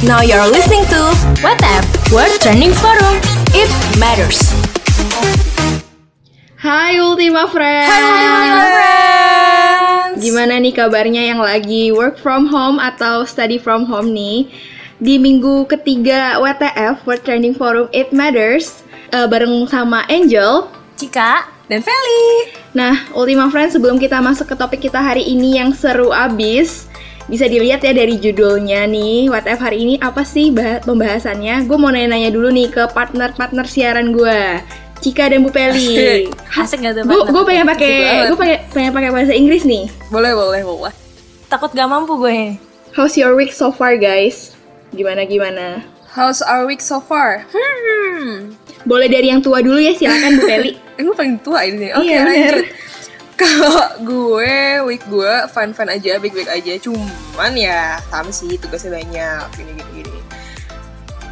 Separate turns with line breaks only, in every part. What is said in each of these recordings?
Now you're listening to WhatsApp World Trending Forum. It matters.
Hai Ultima Friends.
friends.
Gimana nih kabarnya yang lagi work from home atau study from home nih? Di minggu ketiga WTF World Trending Forum It Matters eh, bareng sama Angel.
Cika dan Feli.
Nah, Ultima Friends sebelum kita masuk ke topik kita hari ini yang seru abis bisa dilihat ya dari judulnya nih WTF hari ini apa sih bah- pembahasannya gue mau nanya-nanya dulu nih ke partner-partner siaran gue Cika dan Bu Peli
Asik gak tuh?
gue
partner?
gue pengen pakai
Asik banget.
gue pengen pengen pakai bahasa Inggris nih
Boleh, boleh, boleh.
Takut gak mampu gue.
how's your week so far guys gimana gimana
How's our week so far? Hmm.
boleh dari yang tua dulu ya silakan Bu Peli
Eh, gue paling tua ini. Oke,
Iya, bener.
lanjut. Kalau gue, week gue fun-fun aja, baik-baik aja. Cuman ya, sama sih tugasnya banyak, gini-gini.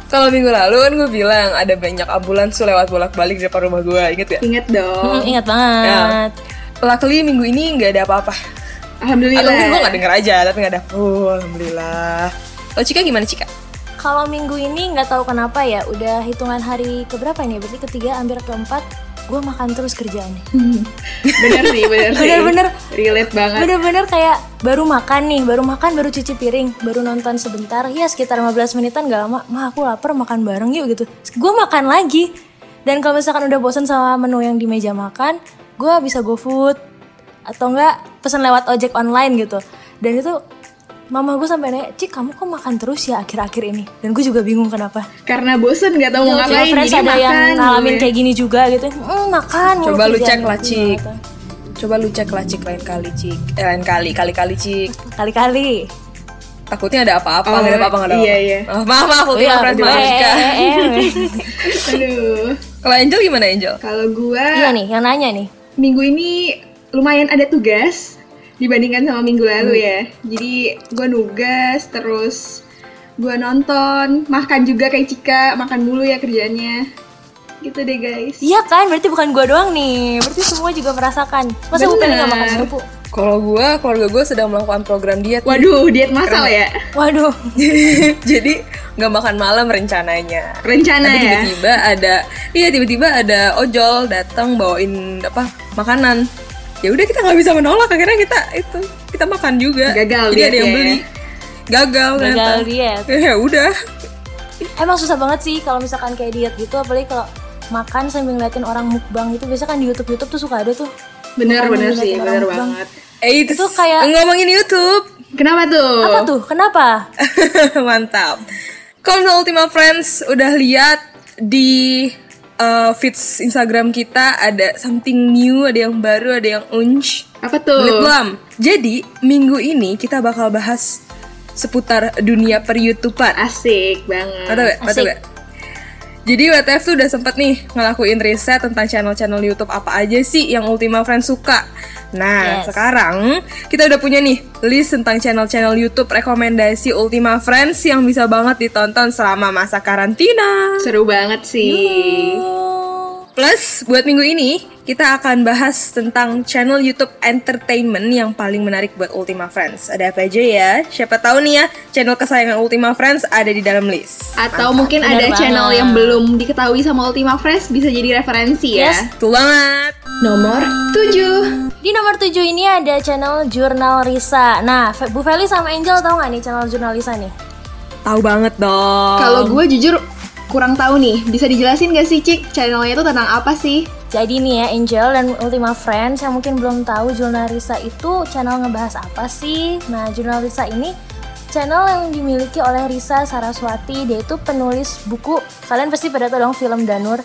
Kalau minggu lalu kan gue bilang ada banyak ambulans tuh lewat bolak-balik di depan rumah gue, inget gak?
inget
Hmm,
dong
ingat
Ya.
banget.
Luckily minggu ini nggak ada apa-apa. Atau
alhamdulillah
mungkin gue nggak denger aja, tapi nggak ada. Oh, alhamdulillah. Kalau Cika gimana Cika?
Kalau minggu ini nggak tahu kenapa ya, udah hitungan hari keberapa ini? ya? Berarti ketiga, hampir keempat, gue makan terus kerjaannya.
bener sih bener sih
Bener-bener.
relate banget
Bener-bener kayak baru makan nih, baru makan, baru cuci piring, baru nonton sebentar, ya sekitar 15 menitan gak lama, mah aku lapar makan bareng yuk gitu. Gue makan lagi. Dan kalau misalkan udah bosan sama menu yang di meja makan, gue bisa go food atau enggak pesan lewat ojek online gitu. Dan itu mama gue sampai nanya, Cik kamu kok makan terus ya akhir-akhir ini? Dan gue juga bingung kenapa.
karena bosen nggak tahu mau
Cuma
ngapain
friends
Iya, jadi
Iya, ada yang
makan
ngalamin
gitu ya.
kayak gini juga gitu. "Mm, makan. mulu
Coba lu
kerjaan."
cek lah, Cik.
Gitu.
Coba lu cek lah Cik lain kali Cik. Eh, lain kali, kali-kali Cik.
Kali-kali.
takutnya ada apa-apa
Oh,
nggak ada apa-apa nggak ada
iya,
apa-apa.
iya.
Oh, maaf maaf
Oh,
waktu
iya,
pernah
eh,
diluruskan.
eh, eh, eh.
aduh
kalau Angel gimana Angel
kalau gue
Iya nih, yang nanya nih.
minggu ini lumayan ada tugas dibandingkan sama minggu lalu
Hmm.
ya. Jadi gue nugas terus gue nonton, makan juga kayak Cika, makan mulu ya kerjanya. Gitu deh guys.
Iya kan, berarti bukan gua doang nih. Berarti semua juga merasakan. Masa Bu Peli gak makan
Bener.
serupu?
kalau gue keluarga gue sedang melakukan program diet
Waduh, diet masal ya.
Waduh,
jadi nggak makan malam rencananya
Rencana
tapi
ya.
tiba-tiba ada iya tiba-tiba ada ojol datang bawain apa makanan ya udah kita nggak bisa menolak akhirnya kita itu kita makan juga
Gagal
jadi ada
dietnya
yang
ya.
beli gagal
gagal
ternyata.
diet.
ya udah
Emang susah banget sih kalau misalkan kayak diet gitu, apalagi kalau makan sambil ngeliatin orang mukbang gitu. Biasa kan di YouTube-YouTube tuh suka ada tuh.
Bener bener
Makan
sih,
juga
bener
orang bilang.
banget.
eh itu,
Itu kayak-
ngomongin YouTube
Kenapa tuh?
Apa tuh? Kenapa?
Mantap. Kalau misalnya Ultima Friends udah lihat di uh, feeds Instagram kita ada something new, ada yang baru, ada yang unch.
Apa tuh?
Lip balm. Jadi minggu ini kita bakal bahas seputar dunia per YouTubean.
Asik banget.
Mantap gak? Mantap
Asik.
gak? Jadi WTF tuh udah sempet nih ngelakuin riset tentang channel-channel YouTube apa aja sih yang Ultima Friends suka. Nah,
Yes.
sekarang kita udah punya nih list tentang channel-channel YouTube rekomendasi Ultima Friends yang bisa banget ditonton selama masa karantina.
Seru banget sih.
Oh,
Plus, buat minggu ini kita akan bahas tentang channel YouTube entertainment yang paling menarik buat Ultima Friends. Ada apa aja ya? Siapa tahu nih ya, channel kesayangan Ultima Friends ada di dalam list.
Atau mungkin
bener
ada channel
banget.
yang belum diketahui sama Ultima Fresh bisa jadi referensi ya.
Yes.
Betul banget.
Nomor 7
Di nomor 7 ini ada channel Jurnal Risa. Nah, Fe- Bu Feli sama Angel tahu nggak nih channel Jurnal Risa nih?
Tahu banget dong.
Kalau gue jujur kurang tahu nih, bisa dijelasin gak sih Cik channelnya itu tentang apa sih?
Jadi nih ya Angel dan Ultima Friends yang mungkin belum tahu Jurnal Risa itu channel ngebahas apa sih? Nah Jurnal Risa ini channel yang dimiliki oleh Risa Saraswati dia itu penulis buku kalian pasti pada tahu dong film Danur.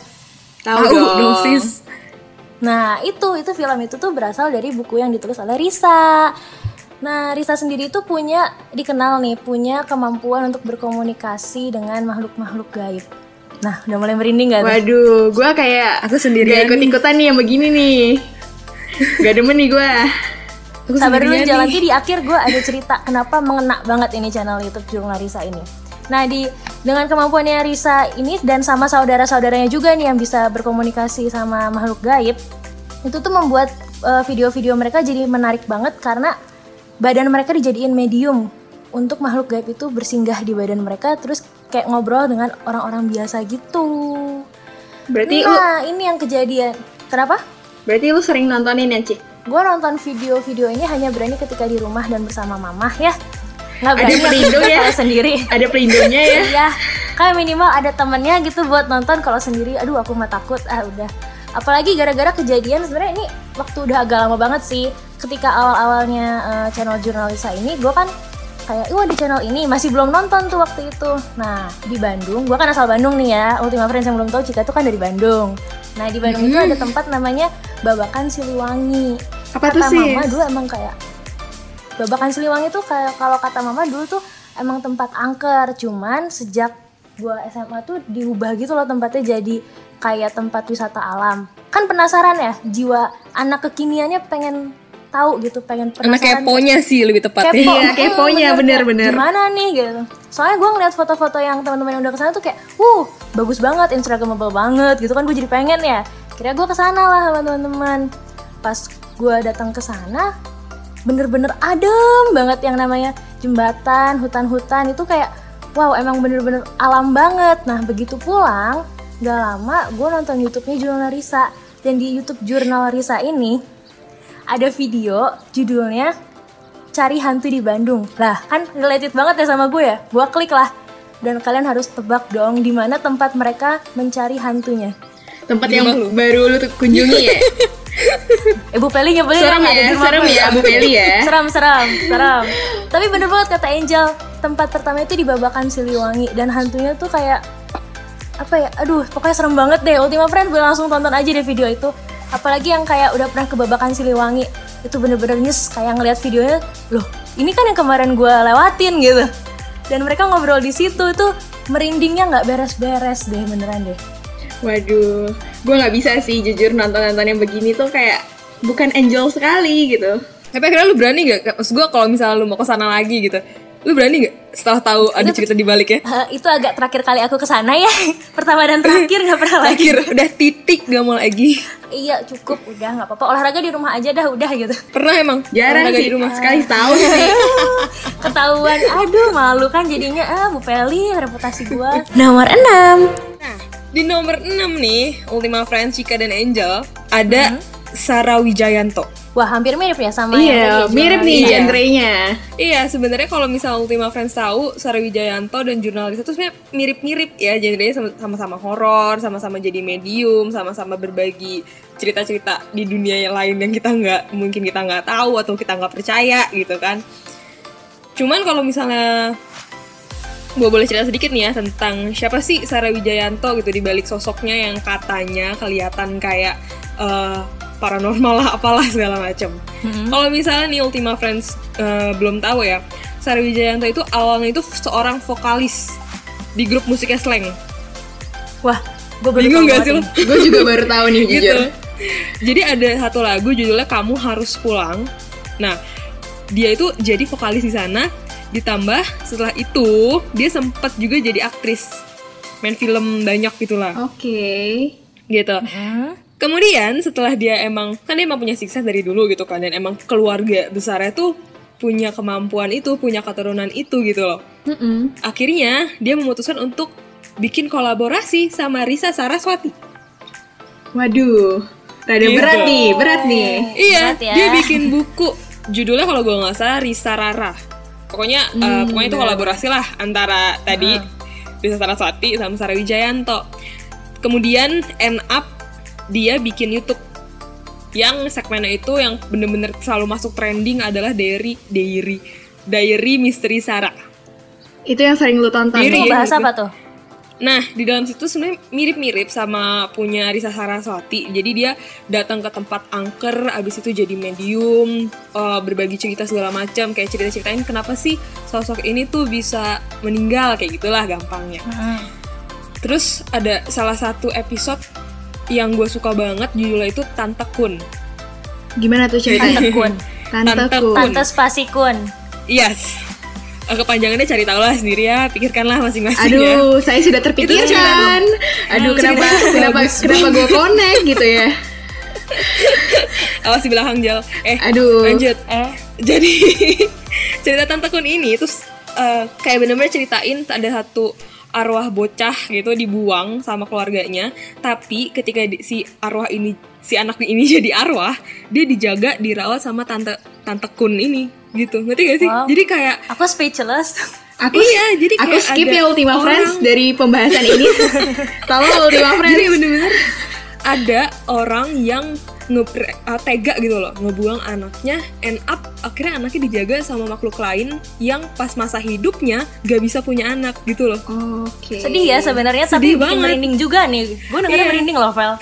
Tahu
Tahu
dong.
dong sis.
Nah itu itu film itu tuh berasal dari buku yang ditulis oleh Risa. Nah Risa sendiri itu punya dikenal nih punya kemampuan untuk berkomunikasi dengan makhluk-makhluk gaib. Nah udah mulai merinding gak? tuh?
Waduh, gue kayak
Aku sendirian
Gak ikut-ikutan nih yang begini nih. gak demen nih gue.
Aku
Sabar dulu
sendirian
jalan
nih.
nanti di akhir gue ada cerita kenapa mengena banget ini channel YouTube Jurnal Risa ini. Nah di dengan kemampuannya Risa ini dan sama saudara-saudaranya juga nih yang bisa berkomunikasi sama makhluk gaib, itu tuh membuat eh, video-video mereka jadi menarik banget karena badan mereka dijadiin medium untuk makhluk gaib itu bersinggah di badan mereka terus kayak ngobrol dengan orang-orang biasa gitu.
Berarti lu
nah, ini yang kejadian. Kenapa?
berarti lu sering nontonin ya, Ci?
Gue nonton video-video ini hanya berani ketika di rumah dan bersama mamah ya.
Ada
Nggak berani aku
pelindung
nonton
ya?
kalau sendiri.
Ada pelindungnya ya.
Iya, kayak minimal ada temennya gitu buat nonton kalau sendiri. Aduh, aku mah takut. Ah, udah. Apalagi gara-gara kejadian sebenarnya ini waktu udah agak lama banget sih. Ketika awal-awalnya eh, channel Jurnalisa ini, gue kan kayak, wah di channel ini masih belum nonton tuh waktu itu. Nah, di Bandung, gue kan asal Bandung nih ya. Ultima Friends yang belum tahu, Cika tuh kan dari Bandung. Nah, di Bandung itu ada tempat namanya Babakan Siliwangi
Apa tuh
kata
sih?
mama dulu emang kayak babakan Siliwangi tuh kayak kalau kata mama dulu tuh emang tempat angker cuman sejak gua SMA tuh diubah gitu loh tempatnya jadi kayak tempat wisata alam kan penasaran ya jiwa anak kekiniannya pengen tahu gitu pengen
Anak
penasaran
keponya sih lebih tepatnya.
kepo
Iya, keponya,
Hmm,
bener-bener.
gimana nih gitu soalnya gue ngeliat foto-foto yang teman-teman yang udah kesana tuh kayak uh bagus banget instagramable banget gitu kan gue jadi pengen ya kira gue kesana lah sama teman-teman pas gue datang ke sana bener-bener adem banget yang namanya jembatan hutan-hutan itu kayak wow emang bener-bener alam banget nah begitu pulang nggak lama gue nonton YouTube-nya Jurnal Risa dan di YouTube Jurnal Risa ini ada video judulnya cari hantu di Bandung. Lah, kan related banget ya sama gue ya. Gua klik lah. Dan kalian harus tebak dong di mana tempat mereka mencari hantunya.
Tempat yang baru lu tuh kunjungi ya.
Ibu Peli nyebelin
Serem
yang ada
ya,
di rumah
serem
gue.
ya Abu Peli ya.
Seram, seram, seram. Tapi bener banget kata Angel, tempat pertama itu di Babakan Siliwangi dan hantunya tuh kayak apa ya? Aduh, pokoknya serem banget deh. Ultima Friend gue langsung tonton aja deh video itu. Apalagi yang kayak udah pernah ke Babakan Siliwangi, itu bener-bener nyes kayak ngeliat videonya, loh, ini kan yang kemarin gue lewatin gitu. Dan mereka ngobrol di situ itu merindingnya nggak beres-beres deh beneran deh.
Waduh, gue nggak bisa sih jujur nonton-nonton yang begini tuh kayak bukan angel sekali gitu.
Tapi akhirnya lu berani gak? Maksud gue kalau misalnya lu mau kesana lagi gitu, lu berani gak setelah tahu ada cerita ya. di baliknya?
Eh, itu agak terakhir kali aku kesana ya, pertama dan terakhir nggak pernah lagi.
Akhir udah titik gak mau lagi.
Iya cukup udah nggak apa-apa olahraga di rumah aja dah udah gitu
Pernah emang?
Jarang
olahraga
sih,
di rumah.
sekali setahun sih.
ketahuan aduh malu kan jadinya ah Bu Peli reputasi gua nomor 6
Nah, di nomor 6 nih, Ultima Friends, Chika dan Angel, ada Sarah Wijayanto.
wah hampir mirip ya sama
Iya,
yang tadi,
mirip nih
Iya.
genre-nya.
Iya, sebenarnya kalau misal Ultima Friends tahu, Sarah Wijayanto dan jurnalis itu sebenarnya mirip-mirip ya, genrenya sama- sama-sama horor, sama-sama jadi medium, sama-sama berbagi cerita-cerita di dunia yang lain yang kita nggak mungkin kita nggak tahu atau kita nggak percaya gitu kan. Cuman kalau misalnya gue boleh cerita sedikit nih ya tentang siapa sih Sarah Wijayanto gitu di balik sosoknya yang katanya kelihatan kayak eh, paranormal lah apalah segala macem.
Mm-mm.
Kalau misalnya nih Ultima Friends eh, belum tahu ya, Sarah Wijayanto itu awalnya itu seorang vokalis di grup musiknya Slang.
wah gua baru
Bingung
tahu
gak
banget
sih lo?
nih. Iya.
Gue juga baru tahu nih jujur.
gitu. Jadi ada satu lagu judulnya Kamu Harus Pulang. Nah, dia itu jadi vokalis di sana. Ditambah setelah itu dia sempat juga jadi aktris, main film banyak gitulah,
Oke.
gitu.
Hmm.
Kemudian setelah dia emang kan dia emang punya sukses dari dulu gitu kan dan emang keluarga besarnya tuh punya kemampuan itu, punya keturunan itu gitu loh.
Mm-mm.
Akhirnya dia memutuskan untuk bikin kolaborasi sama Risa Saraswati.
Waduh, rada
Gitu.
berat nih, berat nih.
Iya,
Berat ya.
dia bikin buku judulnya kalau gue nggak salah Risa Rara. Pokoknya eh,
Hmm,
pokoknya itu
benar.
kolaborasi lah antara tadi Risa Saraswati sama Sarah Wijayanto. Kemudian end up dia bikin YouTube yang segmennya itu yang bener-bener selalu masuk trending adalah Diary Diary Diary Misteri Sarah.
Itu yang sering lu tonton.
itu
Mirip.
nih.
bahasa
gitu.
apa tuh
Nah, di dalam situ sebenarnya mirip-mirip sama punya Risa Saraswati. Jadi dia datang ke tempat angker, abis itu jadi medium, eh, berbagi cerita segala macam, kayak cerita-ceritain kenapa sih sosok ini tuh bisa meninggal kayak gitulah gampangnya.
Hmm.
Terus ada salah satu episode yang gue suka banget judulnya itu Tante Kun.
Gimana tuh ceritanya?
Tante Kun
Tante
Tante
Kun.
Kun.
Tante Spasi Kun
Yes. Eh, Kepanjangannya cari tahu lah sendiri ya, pikirkanlah masing-masing ya.
Aduh, saya sudah terpikirkan. Aduh,
Hmm,
kenapa
ceritanya
kenapa
bagus
kenapa gue connect gitu ya?
Awas di belakang jal. Eh,
Aduh.
lanjut.
eh
jadi cerita tante kun ini terus eh, kayak bener-bener ceritain ada satu arwah bocah gitu dibuang sama keluarganya tapi ketika di- si arwah ini si anak ini jadi arwah dia dijaga dirawat sama tante tante kun ini gitu ngerti gak sih
Wow.
jadi kayak
Aku speechless.
Aku
iya jadi
Aku
kayak
skip
ada
ya Ultima
orang-
Friends dari pembahasan ini. Tolong Ultima Friends.
Jadi bener-bener ada orang yang ngepre- uh, tega gitu loh ngebuang anaknya end up akhirnya anaknya dijaga sama makhluk lain yang pas masa hidupnya gak bisa punya anak gitu loh
Oke.
Sedih ya sebenarnya tapi
Sedih
bikin
banget.
merinding juga nih. Gue dengernya
Iya.
merinding loh, Vel.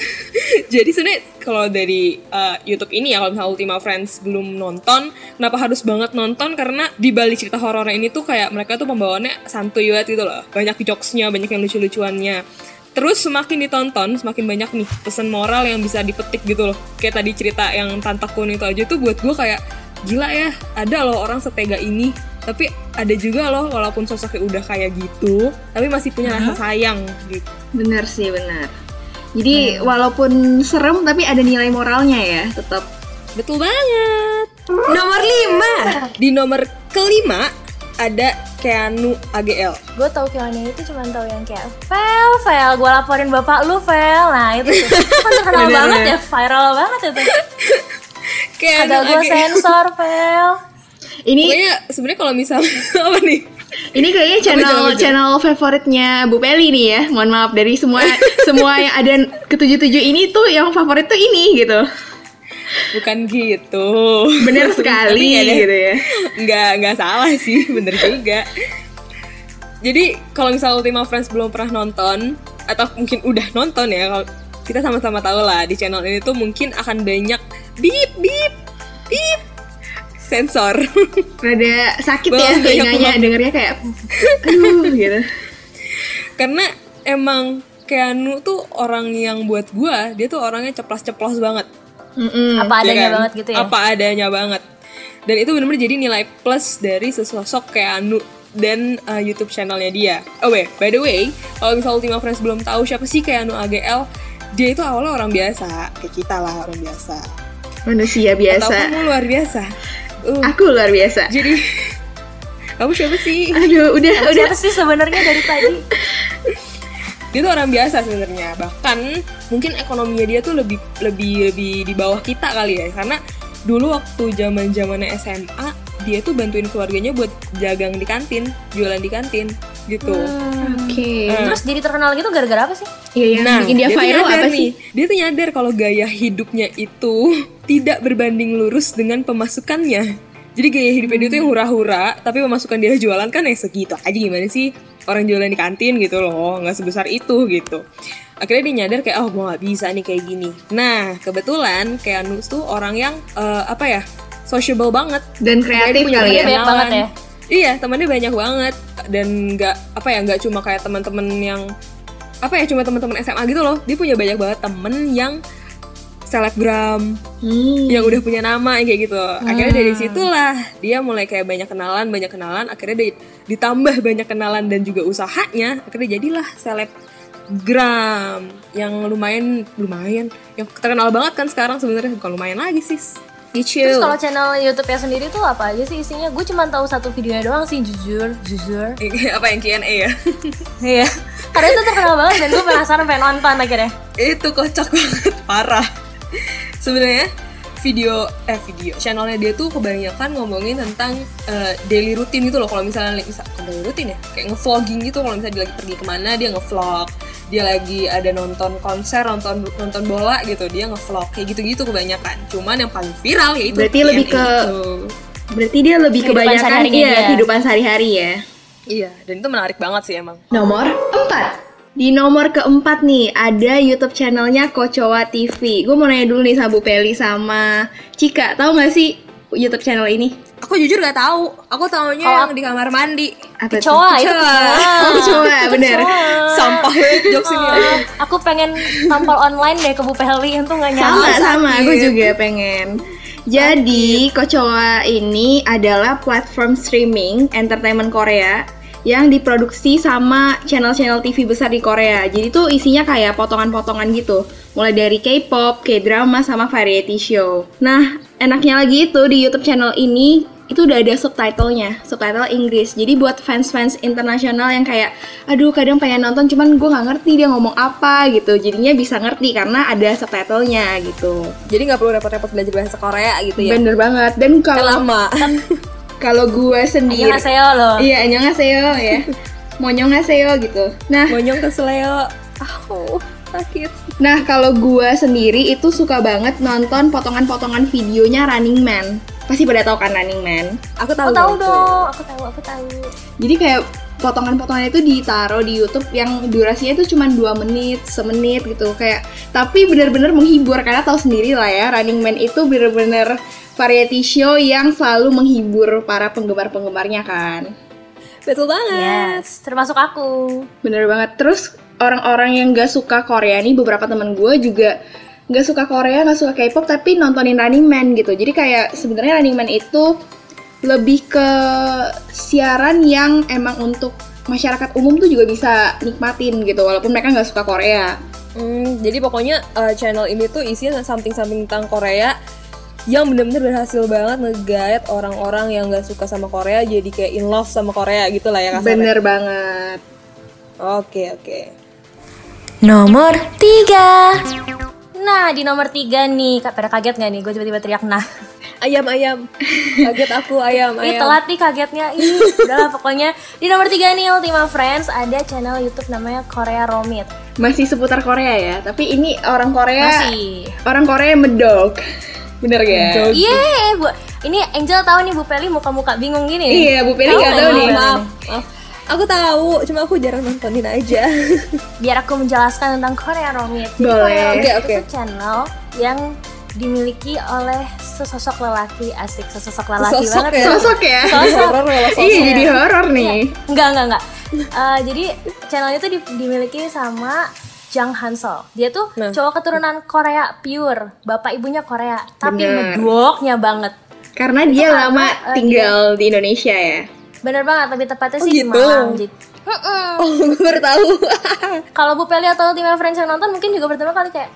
jadi sebenarnya kalau dari uh, YouTube ini ya kalau misalnya Ultima Friends belum nonton kenapa harus banget nonton karena di balik cerita horor ini tuh kayak mereka tuh pembawaannya santuy banget gitu loh banyak jokesnya banyak yang lucu-lucuannya terus semakin ditonton semakin banyak nih pesan moral yang bisa dipetik gitu loh kayak tadi cerita yang Tante Kun itu aja tuh buat gue kayak gila ya ada loh orang setega ini tapi ada juga loh walaupun sosoknya udah kayak gitu tapi masih punya rasa sayang gitu
Benar sih, benar. Jadi walaupun serem tapi ada nilai moralnya ya, tetap.
Betul banget. Nomor 5. Di nomor kelima ada Keanu AGL.
Gue tau Keanu itu cuma tau yang kayak Vel, Vel, gue laporin bapak lu, Vel Nah itu tuh, kan terkenal
Bener,
banget
bener.
ya, viral banget itu
Keanu
Ada gue sensor,
gitu.
Vel
Ini
Pokoknya sebenarnya kalau misalnya apa nih?
ini kayaknya channel
coba, coba.
channel favoritnya Bu Peli nih ya. Mohon maaf dari semua semua yang ada ketujuh-tujuh ini tuh yang favorit tuh ini gitu.
Bukan gitu.
Benar
Tapi
sekali
ya deh.
gitu ya.
nggak nggak salah sih, bener juga. Jadi kalau misalnya Ultima Friends belum pernah nonton atau mungkin udah nonton ya, kalau kita sama-sama tahu lah di channel ini tuh mungkin akan banyak bip bip bip sensor.
Rada sakit ya
Bawah banyak
telinganya
banget.
dengernya kayak aduh gitu.
karena emang Keanu tuh orang yang buat gua dia tuh orangnya ceplos-ceplos banget
Mm-mm.
ya
Apa adanya
kan?
banget gitu ya
apa adanya banget dan itu benar-benar jadi nilai plus dari sesosok Keanu dan uh, YouTube channelnya dia oh wait, by the way kalau misal Ultima Friends belum tahu siapa sih Anu Keanu AGL dia itu awalnya orang biasa kayak kita lah orang biasa
Manusia
atau
biasa.
kamu luar biasa Uh,
Aku luar biasa.
jadi kamu siapa sih
Aduh, udah udah
Siapa Ya sih sebenarnya dari tadi
Hmm. dia tuh orang biasa sebenarnya bahkan mungkin ekonominya dia tuh lebih lebih lebih di bawah kita kali ya karena dulu waktu zaman zamannya SMA dia tuh bantuin keluarganya buat jagang di kantin jualan di kantin gitu
Hmm.
Oke.
Terus jadi terkenal gitu gara-gara apa sih?
Iya, yang bikin dia
tuh
viral
nyadar
apa
nih,
sih?
Nah, Dia tuh nyadar kalau gaya hidupnya itu tidak berbanding lurus dengan pemasukannya. Jadi gaya hidupnya dia tuh
Hmm.
yang hura-hura, tapi pemasukan dia jualan kan ya segitu aja gimana sih orang jualan di kantin gitu loh, nggak sebesar itu gitu. Akhirnya dia nyadar kayak oh gue nggak bisa nih kayak gini. Nah kebetulan Keanu tuh orang yang eh, apa ya sociable banget
Dan kreatif
punya
kali ya.
temennya banyak banget ya?
Iya, temannya banyak banget dan nggak apa ya nggak cuma kayak teman-teman yang apa ya cuma teman-teman SMA gitu loh. Dia punya banyak banget temen yang selebgram
Hmm.
yang udah punya nama kayak gitu.
Ah.
Akhirnya dari situlah dia mulai kayak banyak kenalan, banyak kenalan. Akhirnya di- ditambah banyak kenalan dan juga usahanya. Akhirnya jadilah selebgram yang lumayan lumayan yang terkenal banget kan sekarang sebenarnya bukan lumayan lagi sih. Gitu.
Terus kalau channel YouTube-nya sendiri tuh apa aja sih isinya? Gue cuma tahu satu videonya doang sih, jujur, jujur.
apa yang Q&A ya?
Iya. Karena itu terkenal banget dan gue penasaran pengen nonton akhirnya.
itu kocak banget parah sebenarnya video eh video channelnya dia tuh kebanyakan ngomongin tentang eh, daily routine gitu loh kalau misalnya misal, bukan daily routine ya kayak ngevlogging gitu kalau misalnya dia lagi pergi kemana dia ngevlog dia lagi ada nonton konser nonton nonton bola gitu dia ngevlog kayak gitu gitu kebanyakan cuman yang paling viral yaitu
Berarti lebih
Q&A
ke-
itu.
Berarti dia lebih
Kehidupan
kebanyakan
sehari-harinya
iya,
dia.
kehidupan sehari-hari ya.
iya dan itu menarik banget sih emang
Nomor 4. Di nomor keempat nih, ada YouTube channelnya Kocowa TV. Gue mau nanya dulu nih sama Bu Peli sama Cika. Tahu gak sih YouTube channel ini?
aku jujur gak tahu aku taunya
Oh,
Kalau
yang di kamar mandi
Apa tuh?
Kecoa, itu
Kecoa.
kecoa.
Oh, kecoa, bener.
Ah, sampah banget jokes ini
Oh, aku pengen tampil online deh ke Bu Peli itu nggak nyala.
Sama,
Sakit.
sama. Gue juga pengen. Jadi, Kocowa ini adalah platform streaming entertainment Korea yang diproduksi sama channel-channel TV besar di Korea. Jadi tuh isinya kayak potongan-potongan gitu. Mulai dari K-pop, K-drama, sama variety show. Nah, enaknya lagi itu di YouTube channel ini itu udah ada subtitlenya, subtitle Inggris. Jadi buat fans-fans internasional yang kayak, aduh kadang pengen nonton cuman gue nggak ngerti dia ngomong apa gitu. Jadinya bisa ngerti karena ada subtitlenya gitu.
Jadi nggak perlu repot-repot belajar bahasa Korea gitu
Iya.
ya.
Bener banget. Dan
Kan
kalau
lama.
kalau gue sendiri,
Iya, saya loh.
iya annyeonghaseyo ya, monyongaseyo gitu. Nah,
Monyong ke seleo. Aku sakit.
Nah, kalau gua sendiri itu suka banget nonton potongan-potongan videonya Running Man. Pasti pada tahu kan Running Man.
Aku tahu.
Aku tahu
itu.
dong, aku tahu, aku tahu.
Jadi kayak potongan-potongannya itu ditaruh di YouTube yang durasinya itu cuma 2 menit, semenit gitu kayak tapi bener-bener menghibur karena tahu sendiri lah ya Running Man itu bener-bener variety show yang selalu menghibur para penggemar-penggemarnya kan.
Betul banget.
Yes, termasuk aku.
Bener banget. Terus orang-orang yang gak suka Korea nih beberapa teman gue juga gak suka Korea, gak suka K-pop tapi nontonin Running Man gitu. Jadi kayak sebenarnya Running Man itu lebih ke siaran yang emang untuk masyarakat umum tuh juga bisa nikmatin gitu walaupun mereka nggak suka Korea.
Hmm, jadi pokoknya uh, channel ini tuh isinya something-something tentang Korea yang bener-bener berhasil banget ngegait orang-orang yang nggak suka sama Korea jadi kayak in love sama Korea gitu lah ya kasarnya.
Bener banget.
Oke oke.
Nomor tiga. Nah, di nomor tiga nih, Kak, pada kaget nggak nih? Gue tiba-tiba teriak, nah.
Ayam ayam. Kaget aku ayam
Oh, iya.
Ini
ayam.
telat nih kagetnya. Ih, udahlah pokoknya. Di nomor tiga nih, Ultima Friends, ada channel Youtube namanya Korea Romit.
Masih seputar Korea ya, tapi ini orang Korea
Masih.
orang Korea yang medok. Bener gak?
Medok.
Iya, Bu. Ini Angel tahu nih Bu Peli muka-muka bingung gini.
Iya,
nih.
Bu Peli
Tahu
gak
nggak
tahu
nih?
nih.
Maaf, maaf. Aku tahu, cuma aku jarang nontonin aja.
biar aku menjelaskan tentang Korea Romit. Jadi
Boleh.
Korea Romit
Oke, oke.
itu channel yang dimiliki oleh sesosok lelaki asik sesosok lelaki
Sosok
banget.
ya.
Sosok ya.
Horor loh, sosok.
Iya, jadi horor nih.
Enggak, enggak, enggak. Eh, jadi channel itu di- dimiliki sama Jang Hansol. Dia tuh
Nah.
cowok keturunan Korea pure. Bapak ibunya Korea, tapi
Bener.
medoknya banget.
Karena dia
karena,
lama
eh,
tinggal di Indonesia ya.
Bener banget, lebih tepatnya
Oh,
sih di
gitu.
Malang. Jadi, Mm-mm.
Oh, gue baru tahu.
Kalau Bu Peli atau tim friends yang nonton mungkin juga pertama kali kayak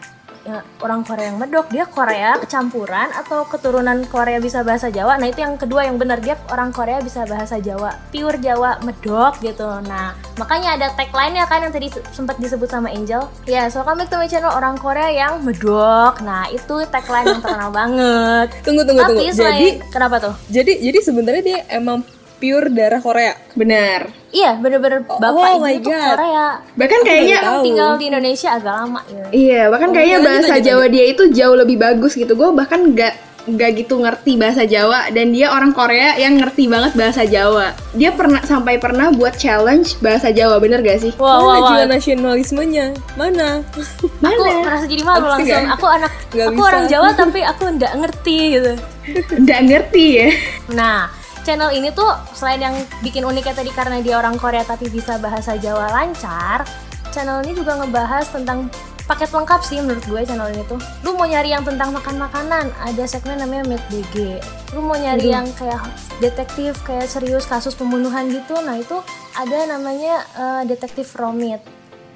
ya, orang Korea yang medok dia Korea kecampuran atau keturunan Korea bisa bahasa Jawa. Nah itu yang kedua yang benar dia orang Korea bisa bahasa Jawa, pure Jawa medok gitu. Nah makanya ada tagline-nya kan yang tadi se- sempat disebut sama Angel. Ya so welcome back to my channel orang Korea yang medok. Nah itu tagline yang terkenal banget.
Tunggu tunggu
Tapi
tunggu. Jadi
selain kenapa tuh?
jadi jadi sebenarnya dia emang pure darah Korea.
Benar.
Iya bener-bener
Oh
bapak
my
ibu tuh
God.
Korea.
Bahkan kayaknya
baru
Yang
Tahu.
tinggal di Indonesia agak lama ya.
iya, bahkan kayaknya
lanjut,
bahasa
lanjut,
Jawa dia itu jauh lebih bagus gitu. Gue bahkan nggak nggak gitu ngerti bahasa Jawa dan dia orang Korea yang ngerti banget bahasa Jawa. Dia pernah sampai pernah buat challenge bahasa Jawa, bener gak sih?
Wah, wah,
Mana
wah,
jiwa nasionalismenya? Mana?
aku
Mana?
merasa jadi malu
Aku sih
langsung
nggak-
aku anak
kan? nggak
aku
bisa.
orang Jawa tapi aku nggak ngerti gitu
Nggak ngerti ya.
nah channel ini tuh selain yang bikin uniknya tadi karena dia orang Korea tapi bisa bahasa Jawa lancar channel ini juga ngebahas tentang paket lengkap sih menurut gue channel ini tuh lu mau nyari yang tentang makan makanan ada segmen namanya Made DG lu mau nyari yang kayak detektif kayak serius kasus pembunuhan gitu nah itu ada namanya eh, detektif Romit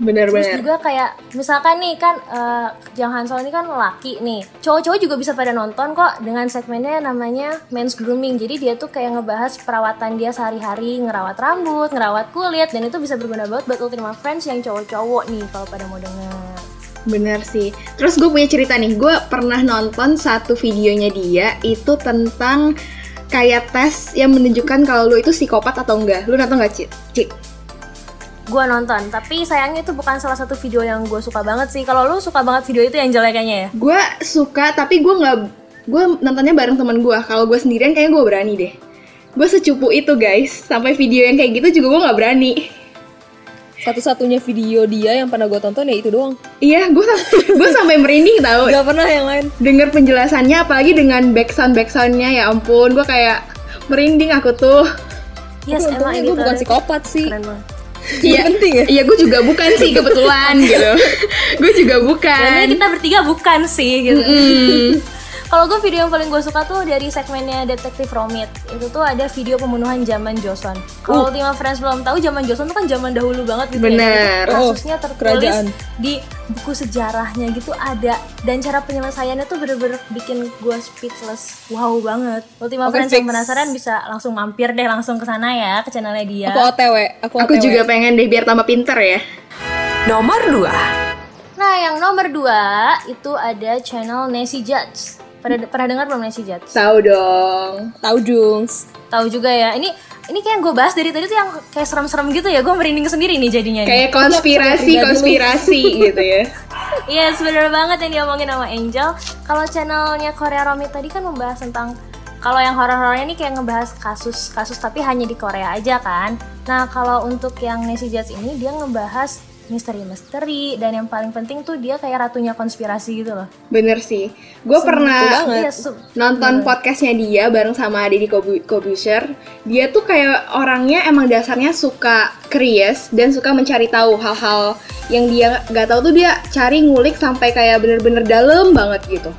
Terus
Benar-benar.
juga kayak misalkan nih kan eh Jang Hansol ini kan lelaki nih. Cowok-cowok juga bisa pada nonton kok dengan segmennya namanya men's grooming. Jadi dia tuh kayak ngebahas perawatan dia sehari-hari, ngerawat rambut, ngerawat kulit dan itu bisa berguna banget buat Ultima Friends yang cowok-cowok nih kalau pada mau denger.
Benar sih. Terus gue punya cerita nih. Gue pernah nonton satu videonya dia itu tentang kayak tes yang menunjukkan kalau lu itu psikopat atau enggak. Lu nonton nggak, Ci? Ci?
Gua nonton, tapi sayangnya itu bukan salah satu video yang gue suka banget sih. Kalau lu suka banget video itu yang jelek kayaknya ya.
gue suka tapi gue nggak gue nontonnya bareng teman gue kalau gue sendirian kayaknya gue berani deh gue secupu itu guys sampai video yang kayak gitu juga gue nggak berani
Satu-satunya video dia yang pernah gue tonton ya itu doang.
iya gue gue sampai merinding tau
Gak pernah yang lain.
denger penjelasannya apalagi dengan backsound backsoundnya ya ampun gue kayak merinding aku tuh
Yes,
Tapi
emang
untungnya
ini
gue bukan psikopat sih.
Keren banget.
Iya. penting ya.
iya gue juga bukan sih kebetulan gitu gue juga
Karena
bukan
kita bertiga bukan sih gitu.
Hmm,
Kalau gue video yang paling gue suka tuh dari segmennya Detektif Romit. Itu tuh ada video pembunuhan zaman Joson. Kalau Ultima Friends belum tahu zaman Joson tuh kan zaman dahulu banget gitu
Bener.
ya. Itu Kasusnya
Oh,
tertulis
kerajaan.
di buku sejarahnya gitu ada dan cara penyelesaiannya tuh bener-bener bikin gue speechless. Wow banget. Ultima
Oke,
Friends yang
fix.
penasaran bisa langsung mampir deh langsung ke sana ya ke channelnya dia.
Aku OTW, aku,
Aku
OTW.
juga pengen deh biar tambah pinter ya.
Nomor 2.
Nah, yang nomor dua itu ada channel Nancy Judge. Pernah, pernah dengar belum Nancy Judge?
Tahu dong.
tahu Jungs.
Tahu juga ya. Ini ini kayak gue bahas dari tadi tuh yang kayak serem-serem gitu ya. Gue merinding sendiri nih jadinya. nih.
Kayak konspirasi konspirasi gitu ya.
Iya, sebenarnya banget yang diomongin sama Angel. Kalau channelnya Korea Romi tadi kan membahas tentang kalau yang horor-horornya ini kayak ngebahas kasus-kasus tapi hanya di Korea aja kan. Nah, kalau untuk yang Nancy Judge ini dia ngebahas misteri-misteri dan yang paling penting tuh dia kayak ratunya konspirasi gitu loh.
Bener sih. Gue pernah
Iya, se-
nonton podcastnya dia bareng sama Deddy Kobu- Kobusher dia tuh kayak orangnya emang dasarnya suka curious dan suka mencari tahu hal-hal yang dia nggak tahu tuh dia cari ngulik sampai kayak bener-bener dalam banget gitu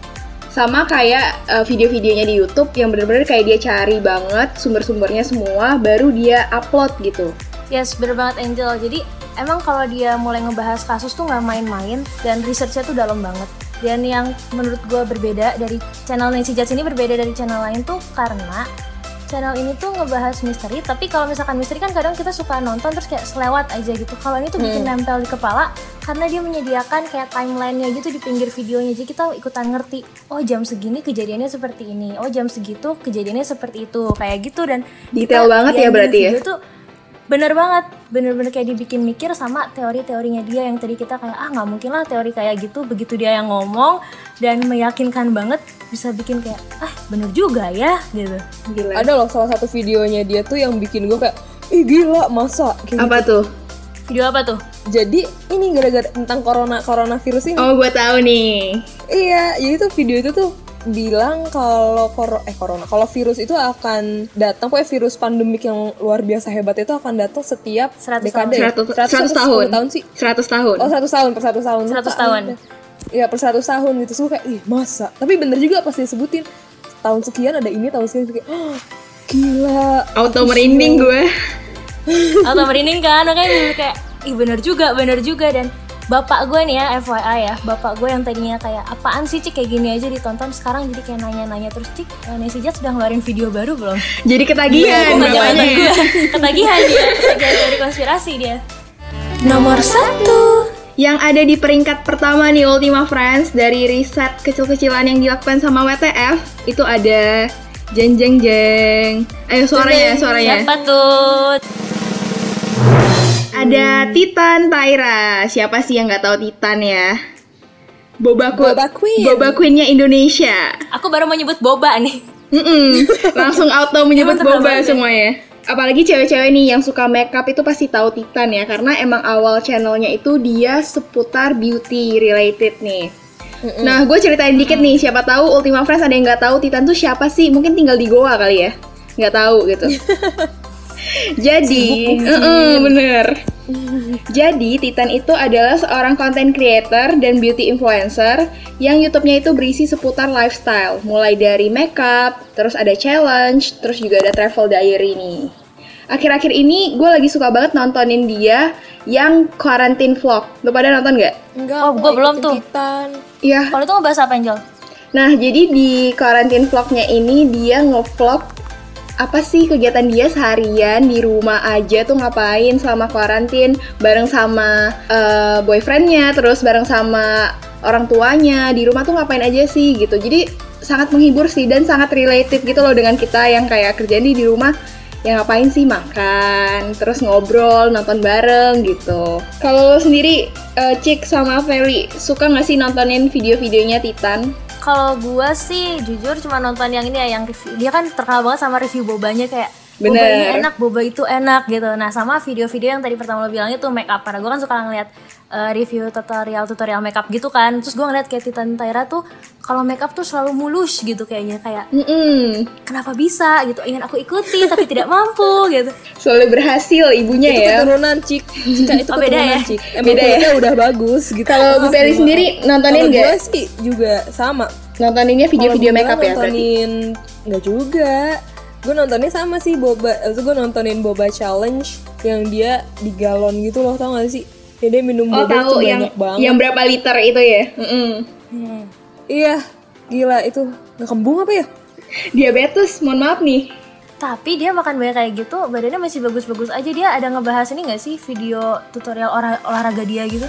sama kayak eh, video-videonya di YouTube yang bener-bener kayak dia cari banget sumber-sumbernya semua baru dia upload gitu
Yes, bener banget Angel. Jadi emang kalau dia mulai ngebahas kasus tuh nggak main-main dan researchnya tuh dalam banget. Dan yang menurut gue berbeda dari channel Nancy Judge ini berbeda dari channel lain tuh karena channel ini tuh ngebahas misteri. Tapi kalau misalkan misteri kan kadang kita suka nonton terus kayak selewat aja gitu. Kalau ini
Hmm.
tuh bikin nempel di kepala karena dia menyediakan kayak timelinenya gitu di pinggir videonya. Jadi kita ikutan ngerti. Oh jam segini kejadiannya seperti ini. Oh jam segitu kejadiannya seperti itu. Kayak gitu dan
Detail
kita
banget ya
di akhir
berarti ya?
video tuh bener banget bener-bener kayak dibikin mikir sama teori-teorinya dia yang tadi kita kayak ah nggak mungkin lah teori kayak gitu begitu dia yang ngomong dan meyakinkan banget bisa bikin kayak ah bener juga ya gitu
gila
Ada loh salah satu videonya dia tuh yang bikin gue kayak Ih gila masa Kayak
apa tuh
video apa tuh
gitu. Jadi ini gara-gara tentang corona coronavirus ini
oh gue tahu nih
Iya, jadi tuh video itu tuh bilang kalau koro- eh corona kalau virus itu akan datang pokoknya virus pandemik yang luar biasa hebat itu akan datang setiap
100
dekade ya?
100,
100
100 tahun
10 tahun sih
100 tahun
Oh 100 tahun, per 100 tahun
100
Lupa,
tahun.
lupa. Iya per 100 tahun gitu, semua kayak, ih masa Tapi bener juga pas disebutin Tahun sekian ada ini, tahun sekian kayak, "Oh, gila
auto merinding gue
atau merinding kan makanya bener-bener kayak ih bener juga bener juga dan bapak gue nih ya FYI ya bapak gue yang tadinya kayak apaan sih cik kayak gini aja ditonton sekarang jadi kayak nanya-nanya terus cik eh, Nancy Judge sudah ngeluarin video baru belum
jadi
Iya,
ketagihan
Ketagihan
bapaknya ya.
gue. ketagihan dia ketagihan dari konspirasi dia
Nomor 1.
Yang ada di peringkat pertama nih Ultima Friends dari riset kecil-kecilan yang dilakukan sama WTF itu ada jeng jeng jeng. Ayo
Iya.
suaranya, suaranya.
Siapa tuh?
Ada Titan Taira. Siapa sih yang nggak tahu Titan ya? Boba, Ku-
Boba Queen.
Boba Queen-nya Indonesia.
Aku baru mau nyebut boba nih.
Mm-mm. Langsung auto menyebut
Emang terkenal
boba
banget ya?
semuanya. Apalagi cewek-cewek nih yang suka makeup itu pasti tahu Titan ya karena emang awal channelnya itu dia seputar beauty related nih. Nah, gue ceritain dikit nih. Siapa tahu Ultima Friends ada yang nggak tahu Titan tuh siapa sih? Mungkin tinggal di Goa kali ya? Nggak tahu gitu. Jadi, mm-mm, bener. Jadi, Titan itu adalah seorang content creator dan beauty influencer yang YouTube-nya itu berisi seputar lifestyle, mulai dari makeup, terus ada challenge, terus juga ada travel diary nih. Akhir-akhir ini gue lagi suka banget nontonin dia yang quarantine vlog. Lo pada nonton nggak?
Enggak,
Oh,
aku
gua
nggak
belum
ikutin
tuh.
Titan.
Iya,
Kalau itu ngebahas apa, Angel?
Nah, jadi di quarantine vlognya ini dia ngevlog apa sih kegiatan dia seharian di rumah aja tuh ngapain selama quarantine bareng sama eh, boyfriendnya, terus bareng sama orang tuanya di rumah tuh ngapain aja sih gitu. Jadi sangat menghibur sih dan sangat related gitu loh dengan kita yang kayak kerjaan di di rumah ya ngapain sih makan, terus ngobrol, nonton bareng gitu. Kalau lo sendiri eh, Cik sama Feli suka nggak sih nontonin video-videonya Titan?
Kalau gua sih jujur cuma nonton yang ini ya, yang review. Dia kan terkenal banget sama review bobanya kayak boba ini
Bener.
enak, boba itu enak gitu. Nah sama video-video yang tadi pertama lo bilang itu make up karena gue kan suka ngeliat eh, review tutorial tutorial make up gitu kan. Terus gue ngeliat kayak Titan Taira tuh kalau make up tuh selalu mulus gitu kayaknya kayak
Mm-mm.
kenapa bisa gitu ingin aku ikuti tapi tidak mampu gitu.
Selalu berhasil ibunya
itu
ya.
keturunan cik Cika itu
Iya. Oh, beda
keturunan
ya?
cik emang
Beda ya?
kulitnya udah bagus gitu
Kalau Eh, Bu Peri sendiri nontonin
Kalau
nggak? ya?
gue sih juga sama
Nontoninnya video-video
Kalau
makeup
gua
ya berarti.
nontonin nggak juga gue nontonnya sama sih boba itu gue nontonin boba challenge yang dia di galon gitu loh tau gak sih ya dia minum
Oh
boba
tahu
itu
yang
banyak banget
yang berapa liter itu ya? Mm-mm.
Hmm.
iya gila itu nggak kembung apa ya
Diabetes, mohon maaf nih.
Tapi dia makan banyak kayak gitu badannya masih bagus-bagus aja dia ada ngebahas ini gak sih video tutorial olah- olahraga dia gitu?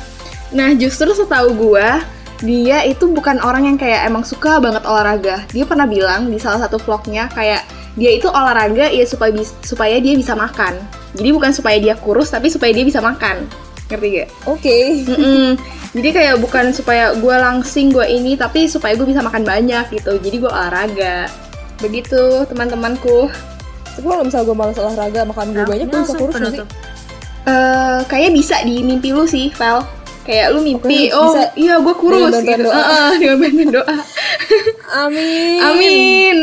Nah, justru setahu gua, dia itu bukan orang yang kayak emang suka banget olahraga. Dia pernah bilang di salah satu vlognya kayak dia itu olahraga ya supaya bis- supaya dia bisa makan. Jadi bukan supaya dia kurus tapi supaya dia bisa makan. Ngerti gak?
oke
Mm-mm. Jadi kayak bukan supaya gua langsing gua ini tapi supaya gue bisa makan banyak gitu. Jadi gua olahraga. Begitu teman-temanku.
tapi kalau misalnya gue malas olahraga makan gue banyak gue bisa kurus nanti
eh kayak bisa di mimpi lu sih, Val. Kayak lu mimpi,
Oke,
oh
bisa.
iya gue kurus
Dengan bantuan
gitu.
doa.
Heeh, dengan bantuan doa.
amin
Amin.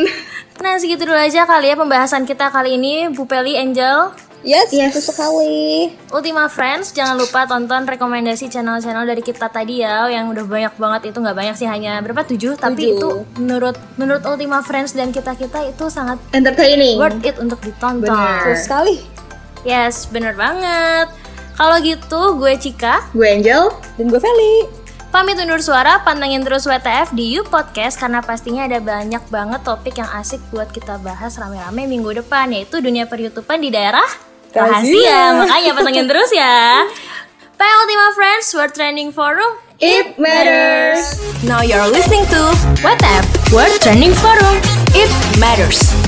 Nah segitu dulu aja kali ya pembahasan kita kali ini Bu Peli Angel
yes,
Yes.
itu sekali
Ultima Friends, jangan lupa tonton rekomendasi channel-channel dari kita tadi ya, yang udah banyak banget itu nggak banyak sih hanya berapa tujuh,
Tujuh.
tapi itu menurut menurut Ultima Friends dan kita kita itu sangat
Entertaining.
worth it untuk ditonton.
Betul sekali
Yes, bener banget. Kalau gitu, gue Cika,
Gue Angel.
dan gue Feli
pamit undur suara, pantengin terus WTF di You Podcast karena pastinya ada banyak banget topik yang asik buat kita bahas rame-rame minggu depan, yaitu dunia peryutupan di daerah
Rahasia.
rahasia. Makanya pantengin terus ya. Bye Ultima Friends, we're trending forum
It matters.
Now you're listening to
WTF World Trending Forum
It Matters.